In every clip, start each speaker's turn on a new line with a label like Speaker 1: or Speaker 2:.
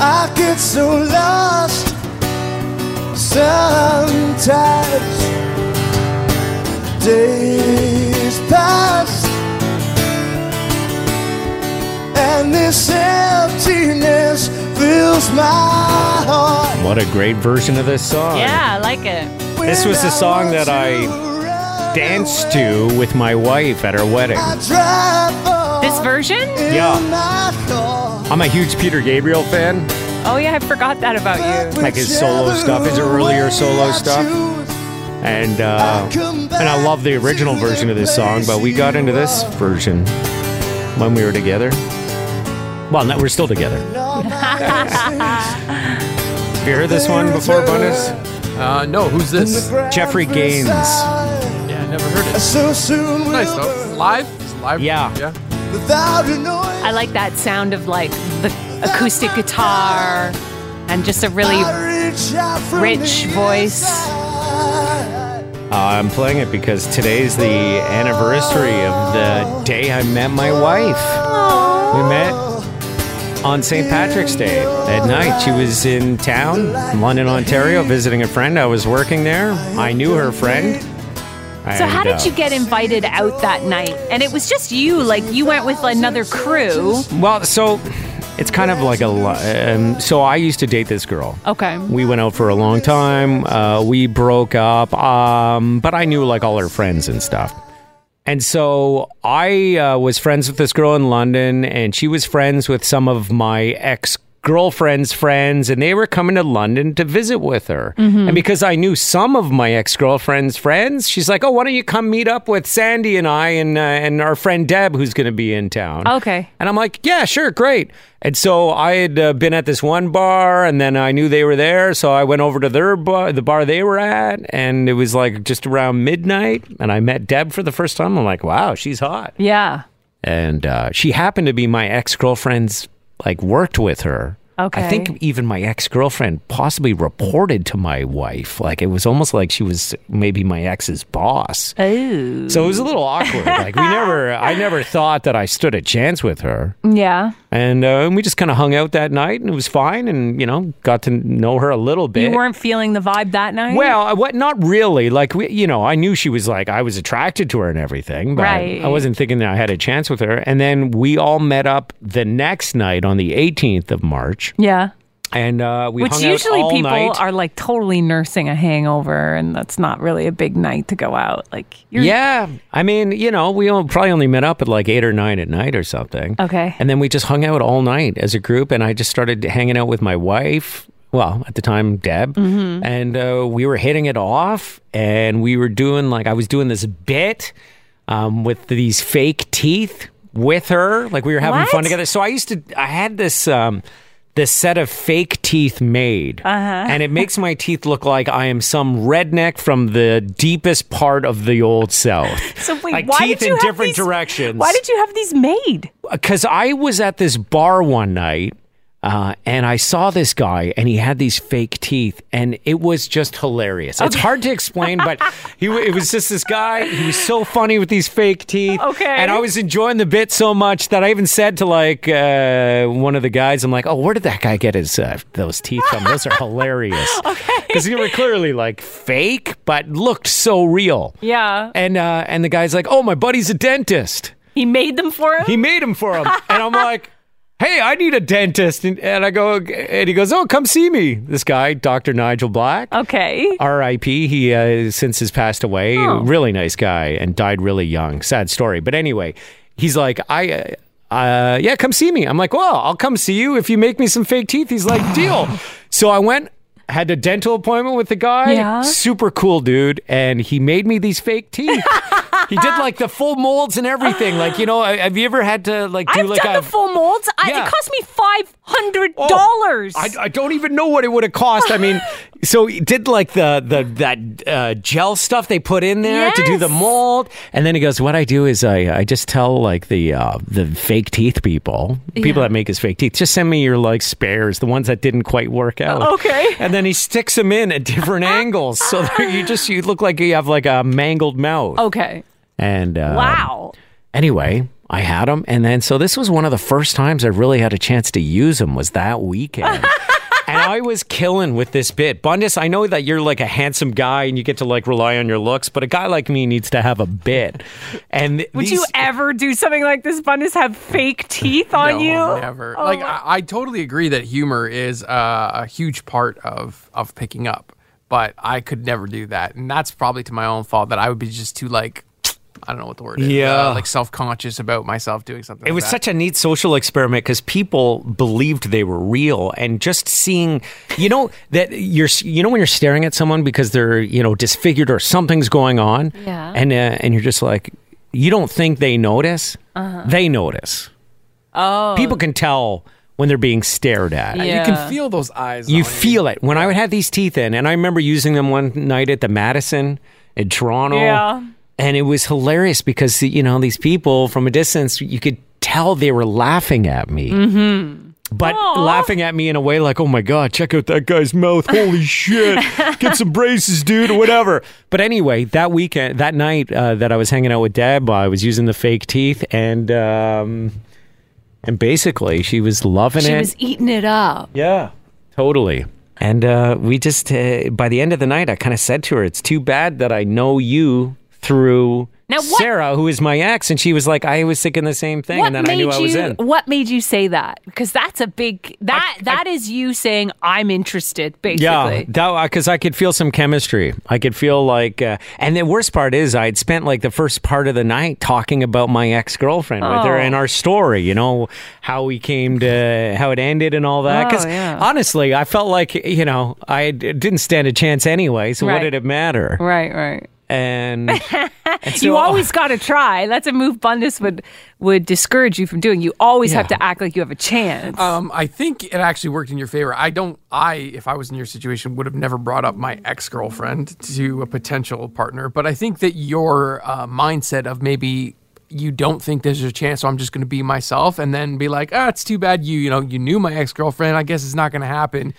Speaker 1: I get so lost sometimes. Days pass, and this emptiness fills my heart.
Speaker 2: What a great version of this song.
Speaker 3: Yeah, I like it.
Speaker 2: This was the song that I Danced to with my wife at our wedding.
Speaker 3: This version?
Speaker 2: Yeah.
Speaker 1: yeah.
Speaker 2: I'm a huge Peter Gabriel fan.
Speaker 3: Oh yeah, I forgot that about you.
Speaker 2: Like his solo stuff, his earlier solo stuff. And uh, and I love the original version of this song, but we got into this version when we were together. Well, no, we're still together. Have you heard this one before, Bonus?
Speaker 4: Uh, no, who's this?
Speaker 2: Jeffrey Gaines.
Speaker 4: Yeah, I never heard it.
Speaker 1: So soon we'll
Speaker 4: Nice though. It's live? It's live?
Speaker 2: Yeah.
Speaker 4: Yeah.
Speaker 1: burn without a noise.
Speaker 3: I like that sound of like the acoustic guitar and just a really
Speaker 1: I reach out from
Speaker 3: rich
Speaker 1: the
Speaker 3: voice.
Speaker 1: inside.
Speaker 2: Uh, I'm playing it because today's the anniversary of the day I met my wife. We met on St. Patrick's Day at night. She was in town, London, Ontario, visiting a friend. I was working there. I knew her friend.
Speaker 3: So how
Speaker 2: And,
Speaker 3: did you
Speaker 2: uh,
Speaker 3: get invited out that night? And it was just you, like you went with another crew.
Speaker 2: Well, so it's kind of like a. li- Um, so I used to date this girl.
Speaker 3: Okay.
Speaker 2: We went out for a long time. Uh, we broke up, um, but I knew like all her friends and stuff. And so I uh, was friends with this girl in London, and she was friends with some of my ex girlfriend's friends, and they were coming to London to visit with her. And because I knew some of my ex girlfriend's friends, she's like, "Oh, why don't you come meet up with Sandy and I and uh, and our friend Deb, who's going to be in town?"
Speaker 3: Okay.
Speaker 2: And I'm like, yeah, sure, great. And so I had uh, been at this one bar, and then I knew they were there, so I went over to their bar, the bar they were at, and it was like just around midnight. And I met Deb for the first time. I'm like, wow, she's hot.
Speaker 3: Yeah.
Speaker 2: And uh, she happened to be my ex girlfriend's. Like worked with her.
Speaker 3: Okay.
Speaker 2: I think even my ex girlfriend possibly reported to my wife. Like it was almost like she was maybe my ex's boss.
Speaker 3: Oh.
Speaker 2: So it was a little awkward. like we never, I never thought that I stood a chance with her
Speaker 3: Yeah.
Speaker 2: and uh, and we just kind of hung out that night, and it was fine, and you know, got to know her a little bit.
Speaker 3: You weren't feeling the vibe that night?
Speaker 2: well, I- what? Not really. Like we, you know, I knew she was like I was attracted to her and everything, but
Speaker 3: Right.
Speaker 2: I wasn't thinking that I had a chance with her. And then we all met up the next night on the 18th of March,
Speaker 3: Yeah.
Speaker 2: and uh, we
Speaker 3: Which
Speaker 2: hung
Speaker 3: usually
Speaker 2: out all
Speaker 3: people
Speaker 2: night.
Speaker 3: are like totally nursing a hangover and that's not really a big night to go out. Like you're
Speaker 2: yeah, I mean, you know, we all probably only met up at like eight or nine at night or something.
Speaker 3: Okay.
Speaker 2: And then we just hung out all night as a group, and I just started hanging out with my wife. Well, at the time, Deb,
Speaker 3: Mm-hmm.
Speaker 2: and uh, we were hitting it off, and we were doing like I was doing this bit um, with these fake teeth with her, like we were having
Speaker 3: What?
Speaker 2: fun together. So I used to, I had this um, this set of fake teeth made, and it makes my teeth look like I am some redneck from the deepest part of the old South.
Speaker 3: So wait,
Speaker 2: like
Speaker 3: why
Speaker 2: teeth
Speaker 3: did you
Speaker 2: in
Speaker 3: have
Speaker 2: different
Speaker 3: these-
Speaker 2: directions
Speaker 3: Why did you have these made?
Speaker 2: because I was at this bar one night uh, and I saw this guy and he had these fake teeth and it was just hilarious. It's hard to explain, but he w- it was just this guy. He was so funny with these fake teeth.
Speaker 3: Okay.
Speaker 2: And I was enjoying the bit so much that I even said to like uh, one of the guys, I'm like, oh, where did that guy get his uh, those teeth from? Those are hilarious. okay. Because they were clearly like fake, but looked so real.
Speaker 3: Yeah.
Speaker 2: And uh, and the guy's like, oh, my buddy's a dentist.
Speaker 3: He made them for him?
Speaker 2: He made him for him. And I'm like, hey, I need a dentist. And, and I go, and he goes, oh, come see me. This guy, Dr. Nigel Black.
Speaker 3: okay.
Speaker 2: R.I.P. He uh, since has passed away.
Speaker 3: Oh.
Speaker 2: Really nice guy and died really young. Sad story. But anyway, he's like, I, uh, uh, yeah, come see me. I'm like, well, I'll come see you if you make me some fake teeth. He's like, deal. so I went. Had a dental appointment with the guy.
Speaker 3: Yeah.
Speaker 2: Super cool dude. And he made me these fake teeth. he did like the full molds and everything. Like, you know, have you ever had to like do
Speaker 3: I've
Speaker 2: like
Speaker 3: done
Speaker 2: a
Speaker 3: the full molds. I,
Speaker 2: Yeah.
Speaker 3: It cost me five hundred
Speaker 2: Oh,
Speaker 3: dollars.
Speaker 2: I, I don't even know what it would have cost. I mean, so he did like the the that uh, gel stuff they put in there to do the
Speaker 3: Yes.
Speaker 2: mold, and then he goes, "What I do is I I just tell like the uh, the fake teeth people, people that make his fake teeth, just send me your like spares, the ones that didn't quite work out."
Speaker 3: Okay.
Speaker 2: and then he sticks them in at different angles, so that you just you look like you have like a mangled mouth.
Speaker 3: okay.
Speaker 2: and uh,
Speaker 3: Oh. Wow.
Speaker 2: Anyway, I had them, and then so this was one of the first times I really had a chance to use them was that weekend. And I was killing with this bit. Bundus, I know that you're like a handsome guy and you get to like rely on your looks, but a guy like me needs to have a bit. And
Speaker 3: Would
Speaker 2: these,
Speaker 3: you ever do something like this, Bundus? Have fake teeth on
Speaker 4: no,
Speaker 3: you?
Speaker 4: never.
Speaker 3: Oh
Speaker 4: like
Speaker 3: my-
Speaker 4: I, I totally agree that humor is uh, a huge part of of picking up, but I could never do that, and that's probably to my own fault that I would be just too like I don't know what the word is,
Speaker 2: Yeah.
Speaker 4: uh, like self conscious about myself doing something.
Speaker 2: It was such a neat social experiment because people believed they were real, and just seeing, you know, that you're, you know, when you're staring at someone because they're, you know, disfigured or something's going on,
Speaker 3: Yeah.
Speaker 2: and uh, and you're just like, you don't think they notice, they notice. Oh, people can tell when they're being stared at.
Speaker 3: Yeah.
Speaker 4: you can feel those eyes.
Speaker 2: You
Speaker 4: on
Speaker 2: feel it. When I would have these teeth in, and I remember using them one night at the Madison in Toronto.
Speaker 3: Yeah.
Speaker 2: And it was hilarious because, you know, these people from a distance, you could tell they were laughing at me. Mm-hmm. But
Speaker 3: Aw.
Speaker 2: laughing at me in a way like, oh my God, check out that guy's mouth. Holy shit. Get some braces, dude, or whatever. But anyway, that weekend, that night uh, that I was hanging out with Deb, I was using the fake teeth and. Um, and basically, she was loving
Speaker 5: She
Speaker 2: it.
Speaker 5: was eating it up.
Speaker 2: Yeah, totally. And uh, we just, uh, by the end of the night, I kind of said to her, It's too bad that I know you through
Speaker 5: Now what-
Speaker 2: Sarah, who is my ex. And she was like, I was thinking the same thing.
Speaker 5: What
Speaker 2: and then
Speaker 5: made
Speaker 2: I knew
Speaker 5: you?
Speaker 2: I was in.
Speaker 5: What made you say that? Because that's a big that that is you saying I'm interested. Basically,
Speaker 2: Yeah, because I could feel some chemistry. I could feel like, uh, and the worst part is, I had spent like the first part of the night talking about my ex girlfriend with her
Speaker 3: Oh.
Speaker 2: and our story. You know how we came to, how it ended, and all that.
Speaker 3: Oh,
Speaker 2: Because
Speaker 3: yeah.
Speaker 2: honestly, I felt like you know I d- didn't stand a chance anyway. So what
Speaker 5: Right.
Speaker 2: did it matter?
Speaker 3: Right, right.
Speaker 2: And, and so-
Speaker 5: you always got to try. That's a move Bundus would would discourage you from doing. You always have to act like you have a chance.
Speaker 4: Um, I think it actually worked in your favor. I don't. I, if I was in your situation, would have never brought up my ex girlfriend to a potential partner. But I think that your uh, mindset of maybe you don't think there's a chance, so I'm just going to be myself, and then be like, ah, it's too bad you, you know, you knew my ex girlfriend. I guess it's not going to happen.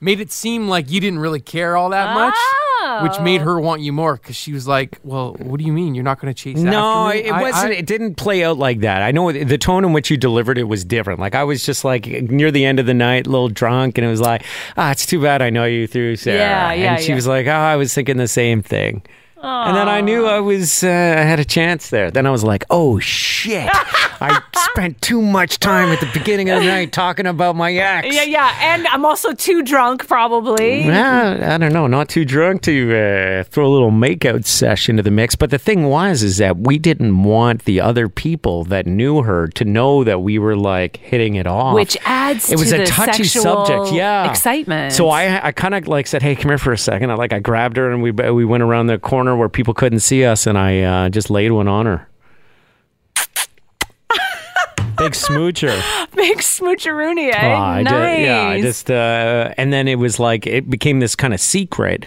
Speaker 4: Made it seem like you didn't really care all that much. Which
Speaker 5: Oh.
Speaker 2: Oh.
Speaker 4: made her want you more because she was like, "Well, what do you mean you're not going to chase?"
Speaker 2: No,
Speaker 4: after me?
Speaker 2: it
Speaker 4: I-
Speaker 2: wasn't.
Speaker 4: I-
Speaker 2: it didn't play out like that. I know the tone in which you delivered it was different. Like I was just like near the end of the night, a little drunk, and it was like, ah, it's too bad I know you through Sarah.
Speaker 5: Yeah, yeah,
Speaker 2: And she
Speaker 5: yeah.
Speaker 2: was like, oh, I was thinking the same thing. And then I knew I was uh, I had a chance there. Then I was like, oh shit, I spent too much time at the beginning of the night talking about my ex.
Speaker 5: yeah, yeah, and I'm also too drunk probably.
Speaker 2: Yeah, I don't know. Not too drunk to uh, throw a little makeout sesh into the mix. But the thing was, is that we didn't want the other people that knew her to know that we were like hitting it off,
Speaker 5: Which adds
Speaker 2: it was
Speaker 5: to
Speaker 2: a
Speaker 5: the
Speaker 2: touchy
Speaker 5: sexual
Speaker 2: subject. Yeah,
Speaker 5: excitement.
Speaker 2: So I, I kind of like said, "Hey, come here for a second. I like I grabbed her and we we went around the corner where people couldn't see us, and I uh, just laid one on her. Big smoocher.
Speaker 5: Big smoocheroonie. Eh?
Speaker 2: Oh, I
Speaker 5: nice.
Speaker 2: did- yeah, I just uh, and then it was like it became this kind of secret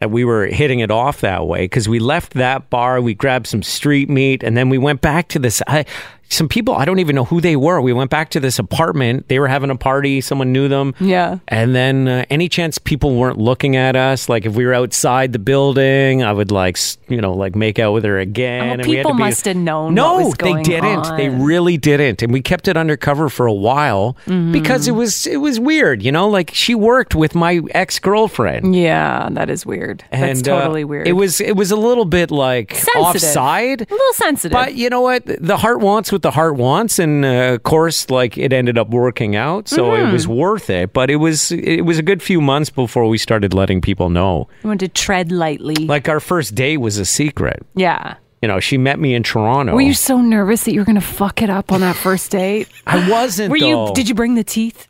Speaker 2: that we were hitting it off that way because we left that bar, we grabbed some street meat, and then we went back to this. I, some people I don't even know who they were. We went back to this apartment. They were having a party. Someone knew them.
Speaker 3: Yeah.
Speaker 2: And then uh, any chance people weren't looking at us, like if we were outside the building, I would like s- you know like make out with her again.
Speaker 5: Oh,
Speaker 2: and we had to
Speaker 5: people
Speaker 2: be-
Speaker 5: must have known
Speaker 2: No,
Speaker 5: what was
Speaker 2: they
Speaker 5: going
Speaker 2: didn't. They
Speaker 5: on.
Speaker 2: really didn't, and we kept it undercover for a while
Speaker 5: Mm-hmm.
Speaker 2: because it was it was weird, you know. Like she worked with my ex girlfriend.
Speaker 3: Yeah, that is weird. That's
Speaker 2: and, uh,
Speaker 3: totally weird.
Speaker 2: It was it was a little bit like
Speaker 5: Sensitive.
Speaker 2: offside.
Speaker 5: a little sensitive.
Speaker 2: But you know what? The heart wants what the heart wants, and uh, of course, like it ended up working out, so it
Speaker 5: Mm-hmm.
Speaker 2: was worth it. But it was it was a good few months before we started letting people know.
Speaker 5: you want to tread lightly.
Speaker 2: Like our first day was a secret.
Speaker 5: yeah.
Speaker 2: You know, she met me in Toronto.
Speaker 3: Were you so nervous that you were going to fuck it up on that first date?
Speaker 2: I wasn't.
Speaker 5: Were
Speaker 2: though.
Speaker 5: you? Did you bring the teeth?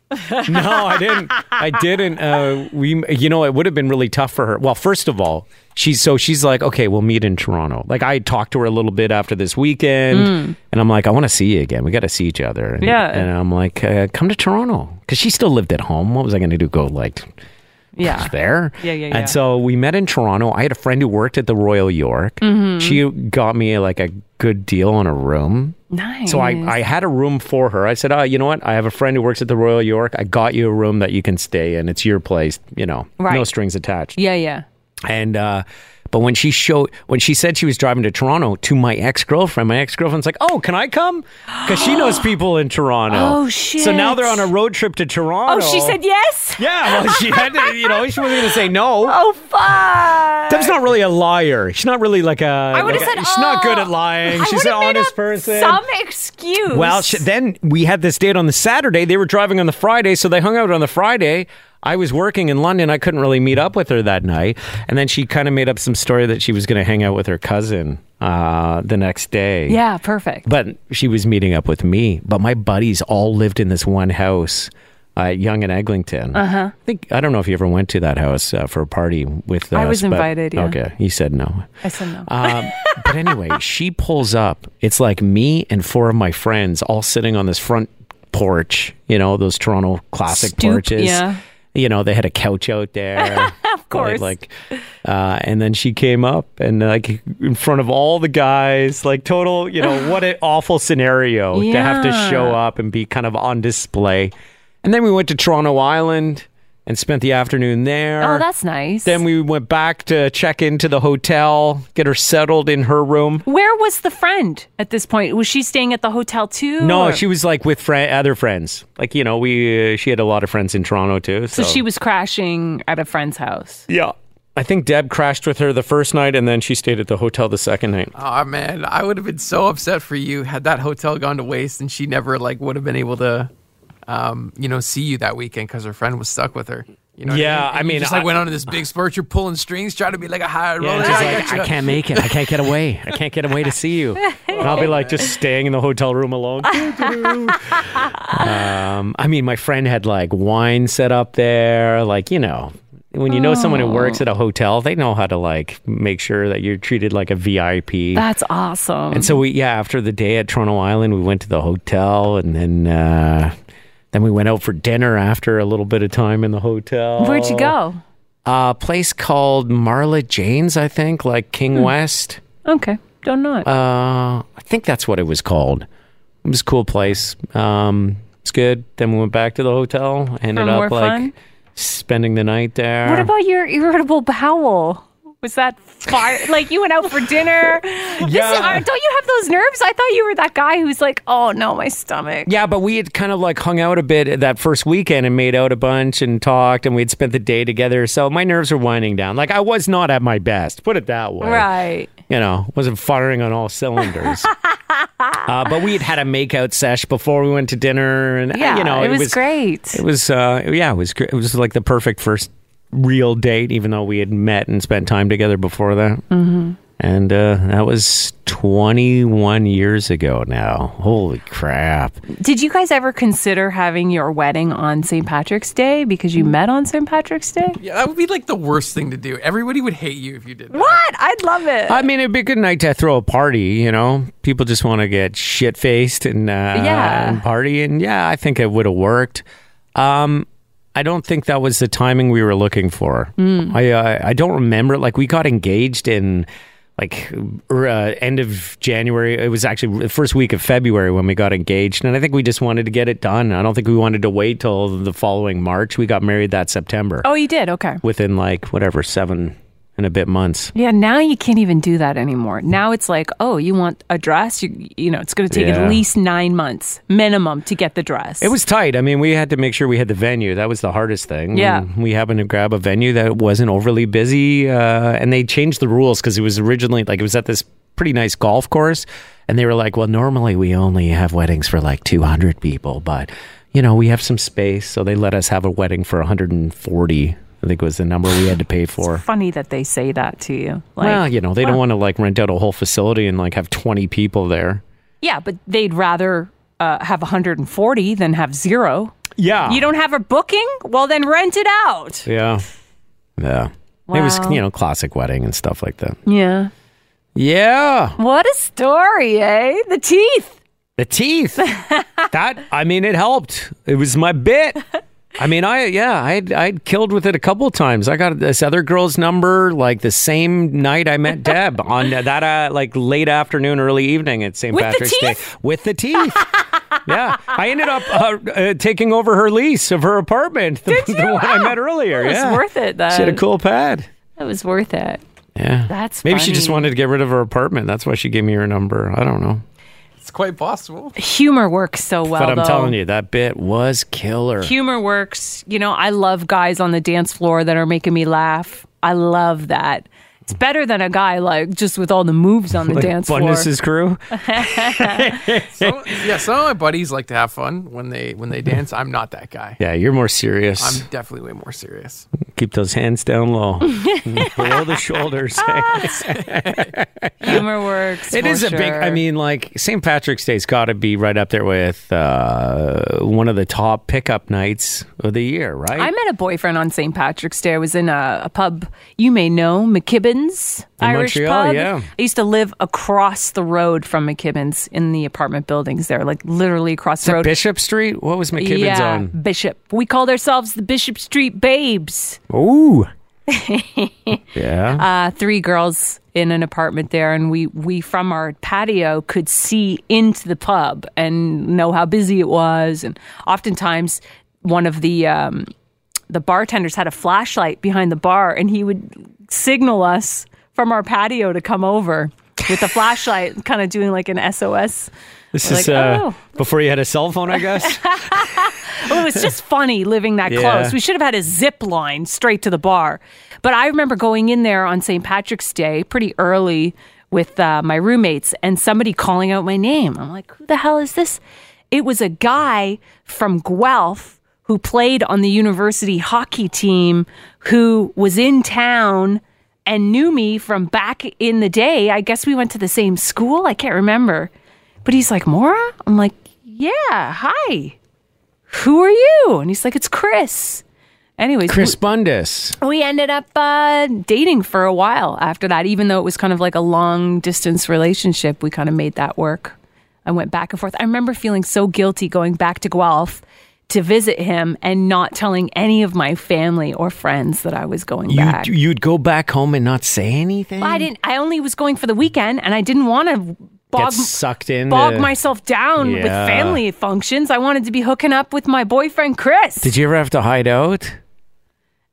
Speaker 2: no, I didn't. I didn't. Uh, we, you know, it would have been really tough for her. Well, first of all, she's so she's like, okay, we'll meet in Toronto. Like I talked to her a little bit after this weekend, and I'm like, I want to see you again. We got to see each other. And,
Speaker 3: Mm. Yeah.
Speaker 2: And I'm like, uh, come to Toronto because she still lived at home. What was I going to do? Go like
Speaker 3: Yeah.
Speaker 2: there.
Speaker 3: Ah. Yeah, yeah, yeah.
Speaker 2: And so we met in Toronto. I had a friend who worked at the Royal York.
Speaker 3: Mm-hmm.
Speaker 2: She got me like a good deal on a room.
Speaker 3: Nice.
Speaker 2: So I,
Speaker 5: Mm.
Speaker 2: I had a room for her. I said, oh, you know what? I have a friend who works at the Royal York. I got you a room that you can stay in. It's your place, you know, no
Speaker 5: Right.
Speaker 2: strings attached.
Speaker 5: Yeah, yeah.
Speaker 2: And, uh, But when she showed, when she said she was driving to Toronto to my ex girlfriend, my ex girlfriend's like, "Oh, can I come?" Because she knows people in Toronto.
Speaker 5: Oh,
Speaker 2: So now
Speaker 5: shit.
Speaker 2: they're on a road trip to
Speaker 5: Oh,
Speaker 2: Toronto.
Speaker 5: she said yes.
Speaker 2: Yeah, well, she had to, you know, she wasn't going to say no.
Speaker 5: Oh fuck.
Speaker 2: Deb's not really a liar. She's not really like a.
Speaker 5: I would have
Speaker 2: like a-
Speaker 5: said
Speaker 2: she's not
Speaker 5: "Oh."
Speaker 2: good at lying.
Speaker 5: I
Speaker 2: she's
Speaker 5: would've
Speaker 2: an
Speaker 5: made
Speaker 2: honest
Speaker 5: up
Speaker 2: person.
Speaker 5: Some excuse.
Speaker 2: Well, sh- then we had this date on the Saturday. They were driving on the Friday, so they hung out on the Friday. I was working in London. I couldn't really meet up with her that night. And then she kind of made up some story that she was going to hang out with her cousin uh, the next day.
Speaker 3: Yeah, perfect.
Speaker 2: But she was meeting up with me. But my buddies all lived in this one house. Uh, at Young and Eglinton. Uh
Speaker 3: Uh-huh.
Speaker 2: huh. I think I don't know if you ever went to that house uh, for a party with. Us,
Speaker 3: I was
Speaker 2: but-
Speaker 3: invited, yeah.
Speaker 2: Okay, you said no.
Speaker 3: I said no.
Speaker 2: Um, but anyway, she pulls up. It's like me and four of my friends all sitting on this front porch, you know, those Toronto classic
Speaker 3: Stoop,
Speaker 2: porches.
Speaker 3: yeah.
Speaker 2: You know, they had a couch out there. of
Speaker 5: course.
Speaker 2: Like, like, uh, and then she came up and like in front of all the guys, like total, you know, what an awful scenario to have to show up and be kind of on display. And then we went to Toronto Island and spent the afternoon there.
Speaker 3: oh, that's nice.
Speaker 2: Then we went back to check into the hotel, get her settled in her room.
Speaker 5: Where was the friend at this point? Was she staying at the hotel too?
Speaker 2: No,
Speaker 5: or-
Speaker 2: she was like with fri other friends. Like you know, we uh, she had a lot of friends in Toronto too. So,
Speaker 3: so she was crashing at a friend's house.
Speaker 2: yeah. I think Deb crashed with her the first night, and then she stayed at the hotel the second night.
Speaker 4: Oh man, I would have been so upset for you had that hotel gone to waste and she never like would have been able to, um, you know, see you that weekend because her friend was stuck with her. You know what
Speaker 2: Yeah, I
Speaker 4: I mean, And you
Speaker 2: mean,
Speaker 4: just like
Speaker 2: I-
Speaker 4: went on to this big spurt. You're pulling strings, trying to be like a high roller.
Speaker 2: and she's like, I can't make it. I can't get away. I can't get away to see you. And I'll be like just staying in the hotel room alone. um, I mean, my friend had like wine set up there. Like, you know, when you know someone who works at a hotel, they know how to like make sure that you're treated like a VIP.
Speaker 3: That's awesome.
Speaker 2: And so we, yeah, after the day at Toronto Island, we went to the hotel and then, uh, then we went out for dinner after a little bit of time in the hotel.
Speaker 3: Where'd you go?
Speaker 2: A place called Marla Jane's, I think, like King
Speaker 3: Hmm.
Speaker 2: West.
Speaker 3: Okay, don't know it.
Speaker 2: Uh, I think that's what it was called. It was a cool place. Um, it's good. Then we went back to the hotel. Ended
Speaker 3: For
Speaker 2: up
Speaker 3: more
Speaker 2: like
Speaker 3: fun?
Speaker 2: spending the night there.
Speaker 5: What about your irritable bowel? Was that far? like you went out for dinner? This is-
Speaker 2: Yeah.
Speaker 5: uh, don't you have those nerves? I thought you were that guy who's like, oh no, my stomach.
Speaker 2: Yeah, but we had kind of like hung out a bit that first weekend and made out a bunch and talked and we'd spent the day together. So my nerves were winding down. Like I was not at my best, put it that way.
Speaker 3: right.
Speaker 2: You know, wasn't firing on all cylinders. uh, but we had had a makeout sesh before we went to dinner, and uh,
Speaker 3: Yeah,
Speaker 2: you know,
Speaker 3: it, was, great.
Speaker 2: It was, uh, yeah, it was. gr- It was like the perfect first real date, even though we had met and spent time together before that. Mm-hmm. And uh, that was 21 years ago now. Holy crap!
Speaker 3: Did you guys ever consider having your wedding on St. Patrick's Day because
Speaker 2: Mm.
Speaker 3: you met on St. Patrick's Day?
Speaker 4: Yeah, that would be like the worst thing to do. Everybody would hate you if you did. that.
Speaker 5: What? I'd love it.
Speaker 2: I mean, it'd be a good night to throw a party. You know, people just want to get shit faced and uh,
Speaker 3: Yeah.
Speaker 2: and party. And yeah, I think it would have worked. Um, I don't think that was the timing we were looking for.
Speaker 3: Mm.
Speaker 2: I uh, I don't remember. Like we got engaged in like er, uh, end of January. It was actually the first week of February when we got engaged, and I think we just wanted to get it done. I don't think we wanted to wait till the following March. We got married that September,
Speaker 3: Oh, you did? Okay.
Speaker 2: within like whatever seven and a bit months.
Speaker 3: Yeah, now you can't even do that anymore. Now it's like, oh, you want a dress? You, you know, it's going to take
Speaker 2: Yeah.
Speaker 3: at least nine months minimum to get the dress.
Speaker 2: It was tight. I mean, we had to make sure we had the venue. That was the hardest thing.
Speaker 3: Yeah.
Speaker 2: And we happened to grab a venue that wasn't overly busy, uh, and they changed the rules because it was originally like it was at this pretty nice golf course, and they were like, "Well, normally we only have weddings for like 200 people, but you know, we have some space, so they let us have a wedding for 140." I think was the number we had to pay for.
Speaker 3: funny that they say that to you. Like,
Speaker 2: well, you know, they don't want to like rent out a whole facility and like have 20 people there.
Speaker 3: yeah, but they'd rather uh, have 140 than have zero.
Speaker 2: Yeah.
Speaker 5: you don't have a booking? Well, then rent it out.
Speaker 2: Yeah. Yeah. It was,
Speaker 3: Wow.
Speaker 2: you know, classic wedding and stuff like that.
Speaker 3: Yeah.
Speaker 2: Yeah.
Speaker 5: What a story, eh? The teeth.
Speaker 2: The teeth. that, I mean, it helped. It was my bit. I mean, I, yeah, I'd, I'd killed with it a couple times. I got this other girl's number like the same night I met Deb on that, uh, like late afternoon, early evening at St.
Speaker 5: With the
Speaker 2: Patrick's Day
Speaker 5: teeth?
Speaker 2: with the teeth. yeah. I ended up uh, uh, taking over her lease of her apartment, the, the one I met earlier.
Speaker 3: It was
Speaker 2: yeah.
Speaker 3: worth it, though.
Speaker 2: She had a cool pad.
Speaker 3: It was worth it.
Speaker 2: Yeah.
Speaker 5: That's
Speaker 2: Maybe she just
Speaker 5: funny.
Speaker 2: wanted to get rid of her apartment. That's why she gave me her number. I don't know.
Speaker 4: It's quite possible.
Speaker 5: Humor works so well.
Speaker 2: but I'm
Speaker 5: though.
Speaker 2: telling you, that bit was killer.
Speaker 5: humor works. You know, I love guys on the dance floor that are making me laugh. I love that. It's better than a guy like just with all the moves on the
Speaker 2: Like,
Speaker 5: dance floor.
Speaker 2: Bundus's crew.
Speaker 4: Some, yeah, some of my buddies like to have fun when they when they dance. I'm not that guy.
Speaker 2: Yeah, you're more serious.
Speaker 4: I'm definitely way more serious.
Speaker 2: Keep those hands down low, below the shoulders.
Speaker 5: humor works.
Speaker 2: It
Speaker 5: for
Speaker 2: is a big. I
Speaker 5: sure.
Speaker 2: mean, like St. Patrick's Day's got to be right up there with uh, one of the top pickup nights of the year, right?
Speaker 5: I met a boyfriend on St. Patrick's Day. I was in a, a pub you may know, McKibben's
Speaker 2: In
Speaker 5: Irish
Speaker 2: Montreal,
Speaker 5: pub.
Speaker 2: yeah.
Speaker 5: I used to live across the road from McKibben's in the apartment buildings there, like literally across the road.
Speaker 2: Bishop Street. What was McKibbin's
Speaker 5: yeah,
Speaker 2: on?
Speaker 5: Bishop. We called ourselves the Bishop Street Babes.
Speaker 2: Ooh. yeah.
Speaker 5: Uh, three girls in an apartment there, and we we from our patio could see into the pub and know how busy it was. And oftentimes, one of the um, the bartenders had a flashlight behind the bar, and he would signal us from our patio to come over with the flashlight, kind of doing like an SOS.
Speaker 2: this
Speaker 5: like,
Speaker 2: is uh,
Speaker 5: oh.
Speaker 2: before you had a cell phone, I guess.
Speaker 5: Well, it was just funny living that
Speaker 2: Yeah.
Speaker 5: close. We should have had a zip line straight to the bar. But I remember going in there on St. Patrick's Day pretty early with uh, my roommates and somebody calling out my name. I'm like, who the hell is this? It was a guy from Guelph who played on the university hockey team who was in town and knew me from back in the day. I guess we went to the same school. I can't remember. But he's like, Mora? I'm like, yeah, hi who are you? And he's like, it's Chris. Anyways,
Speaker 2: Chris Bundus.
Speaker 5: we, we ended up uh, dating for a while after that, even though it was kind of like a long distance relationship. We kind of made that work. I went back and forth. I remember feeling so guilty going back to Guelph to visit him and not telling any of my family or friends that I was going
Speaker 2: You
Speaker 5: back.
Speaker 2: you'd go back home and not say anything.
Speaker 5: I didn't. I only was going for the weekend, and I didn't want to bog
Speaker 2: Get sucked in.
Speaker 5: bog
Speaker 2: to-
Speaker 5: myself down with
Speaker 2: Yeah.
Speaker 5: family functions. I wanted to be hooking up with my boyfriend Chris.
Speaker 2: Did you ever have to hide out?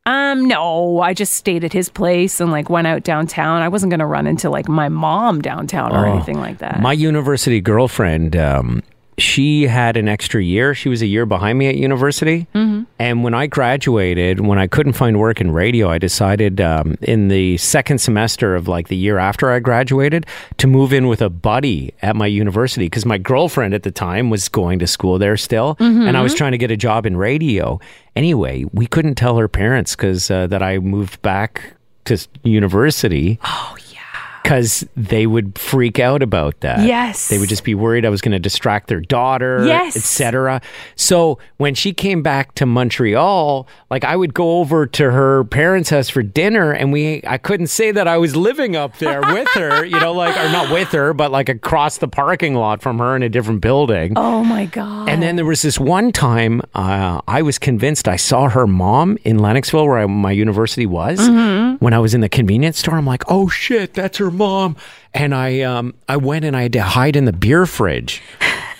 Speaker 5: Um, no, I just stayed at his place and like went out downtown. I wasn't gonna run into like my mom downtown or
Speaker 2: Oh.
Speaker 5: anything like that.
Speaker 2: My university girlfriend, um, she had an extra year. She was a year behind me at university.
Speaker 5: Mm-hmm.
Speaker 2: And when I graduated, when I couldn't find work in radio, I decided um, in the second semester of like the year after I graduated to move in with a buddy at my university because my girlfriend at the time was going to school there still.
Speaker 5: Mm-hmm.
Speaker 2: And I was trying to get a job in radio. Anyway, we couldn't tell her parents because uh, that I moved back to s- university because they would freak out about that.
Speaker 5: Yes.
Speaker 2: they would just be worried I was going to distract their daughter,
Speaker 5: Yes.
Speaker 2: etc. So when she came back to Montreal, like I would go over to her parents' house for dinner, and we I couldn't say that I was living up there with her, you know, like or not with her, but like across the parking lot from her in a different building.
Speaker 5: oh my god.
Speaker 2: And then there was this one time uh, I was convinced I saw her mom in Lennoxville, where I, my university was.
Speaker 5: Mm-hmm.
Speaker 2: When I was in the convenience store, I'm like, "Oh shit, that's her mom!" And I um, I went and I had to hide in the beer fridge.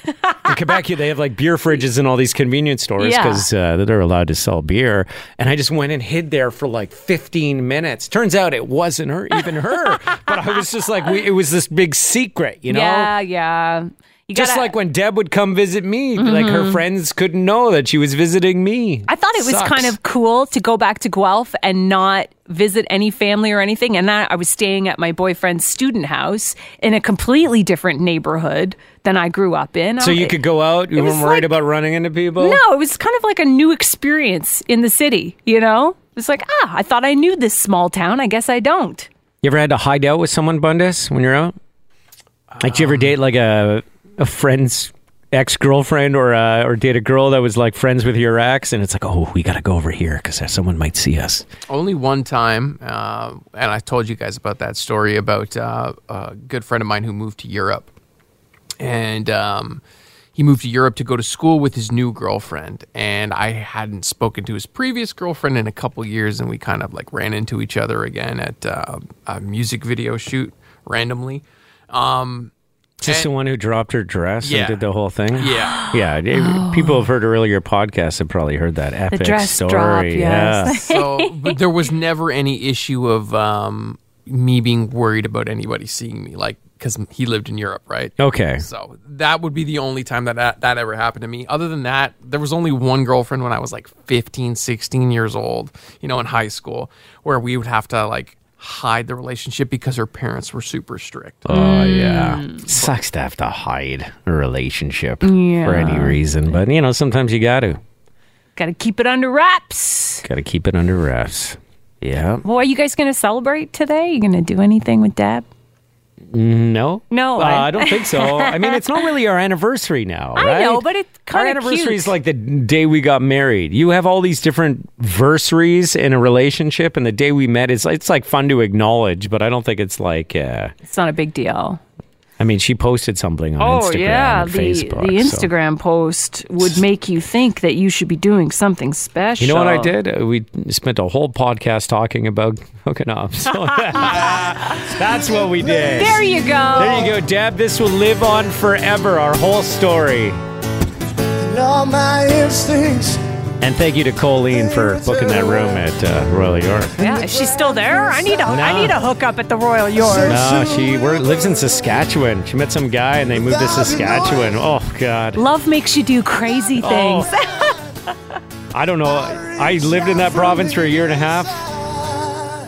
Speaker 2: in Quebec, they have like beer fridges in all these convenience stores
Speaker 5: Yeah.
Speaker 2: because uh, they're allowed to sell beer. And I just went and hid there for like 15 minutes. Turns out it wasn't her, even her. but I was just like, we, it was this big secret, you know?
Speaker 5: yeah, yeah. You
Speaker 2: Just
Speaker 5: gotta- Mm-hmm.
Speaker 2: like when Deb would come visit me, like her friends couldn't know that she was visiting me.
Speaker 5: I thought it was
Speaker 2: Sucks.
Speaker 5: kind of cool to go back to Guelph and not visit any family or anything. And I, I was staying at my boyfriend's student house in a completely different neighborhood than I grew up in.
Speaker 2: So
Speaker 5: I-
Speaker 2: you could go out. You
Speaker 5: was
Speaker 2: weren't worried
Speaker 5: like-
Speaker 2: about running into people.
Speaker 5: No, it was kind of like a new experience in the city, you know? It's like, ah, I thought I knew this small town. I guess I don't.
Speaker 2: You ever had to hide out with someone, Bundes, when you're out? Like, did you ever
Speaker 4: Um.
Speaker 2: date like a a friend's ex girlfriend or uh, or date a girl that was like friends with your ex, and it's like, oh, we gotta go over here because someone might see us.
Speaker 4: Only one time, uh, and I told you guys about that story about uh, a good friend of mine who moved to Europe, and um, he moved to Europe to go to school with his new girlfriend. And I hadn't spoken to his previous girlfriend in a couple years, and we kind of like ran into each other again at uh, a music video shoot randomly. Um,
Speaker 2: Is this the one who dropped her dress
Speaker 4: Yeah.
Speaker 2: and did the whole thing?
Speaker 4: yeah.
Speaker 2: Yeah, it- people have heard earlier podcasts have probably heard that epic
Speaker 5: dress
Speaker 2: story.
Speaker 5: drop, yes.
Speaker 2: Yeah.
Speaker 4: so but there was never any issue of um me being worried about anybody seeing me, like because he lived in Europe, right?
Speaker 2: Okay.
Speaker 4: So that would be the only time that, that that ever happened to me. Other than that, there was only one girlfriend when I was like 15, 16 years old, you know, in high school, where we would have to like hide the relationship because her parents were super strict.
Speaker 2: Oh yeah,
Speaker 5: Mm.
Speaker 2: sucks to have to hide a relationship for any reason, but you know sometimes you got to
Speaker 5: Got to keep it under wraps.
Speaker 2: got to keep it under wraps. Yeah.
Speaker 5: Well, are you guys going to celebrate today? You going to do anything with Deb?
Speaker 2: No.
Speaker 5: No,
Speaker 2: Uh,
Speaker 5: I-
Speaker 2: I don't think so. I mean, it's not really our anniversary now,
Speaker 5: I
Speaker 2: right?
Speaker 5: know, but it's
Speaker 2: our
Speaker 5: kinda
Speaker 2: anniversary is
Speaker 5: cute.
Speaker 2: like the day we got married. You have all these different versaries in a relationship, and the day we met is it's like fun to acknowledge, but I don't think it's like. Uh,
Speaker 5: It's not a big deal.
Speaker 2: I mean, she posted something on Instagram and
Speaker 5: Oh, the
Speaker 2: Facebook.
Speaker 5: the
Speaker 2: so-
Speaker 5: Instagram post would make you think that you should be doing something special.
Speaker 2: You know what I did? Uh, We spent a whole podcast talking about hooking up. So that's what we did.
Speaker 5: There you go.
Speaker 2: There you go, Deb. This will live on forever, our whole story.
Speaker 1: And all my instincts.
Speaker 2: And thank you to Colleen for booking that room at uh, Royal York.
Speaker 5: Yeah, is she still there? I need a I
Speaker 2: No.
Speaker 5: need a hookup at the Royal York.
Speaker 2: No, she wor- lives in Saskatchewan. She met some guy and they moved to Saskatchewan. Oh, God.
Speaker 5: Love makes you do crazy
Speaker 2: Oh.
Speaker 5: things.
Speaker 2: I don't know. I lived in that province for a year and a half.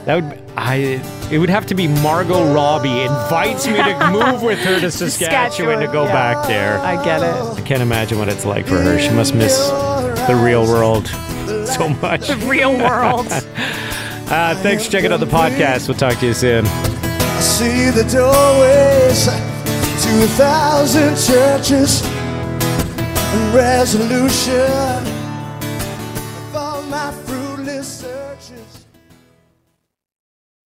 Speaker 2: That would I. It would have to be Margot Robbie invites me to move with her to Saskatchewan to go
Speaker 5: Saskatchewan, yeah.
Speaker 2: back there. I
Speaker 5: I get it.
Speaker 2: can't imagine what it's like for her. She must miss the real world so much.
Speaker 5: Real world.
Speaker 2: Uh, thanks for checking out the podcast. We'll talk to you soon.
Speaker 1: I see the doorways to a thousand churches and resolution of all my fruitless searches.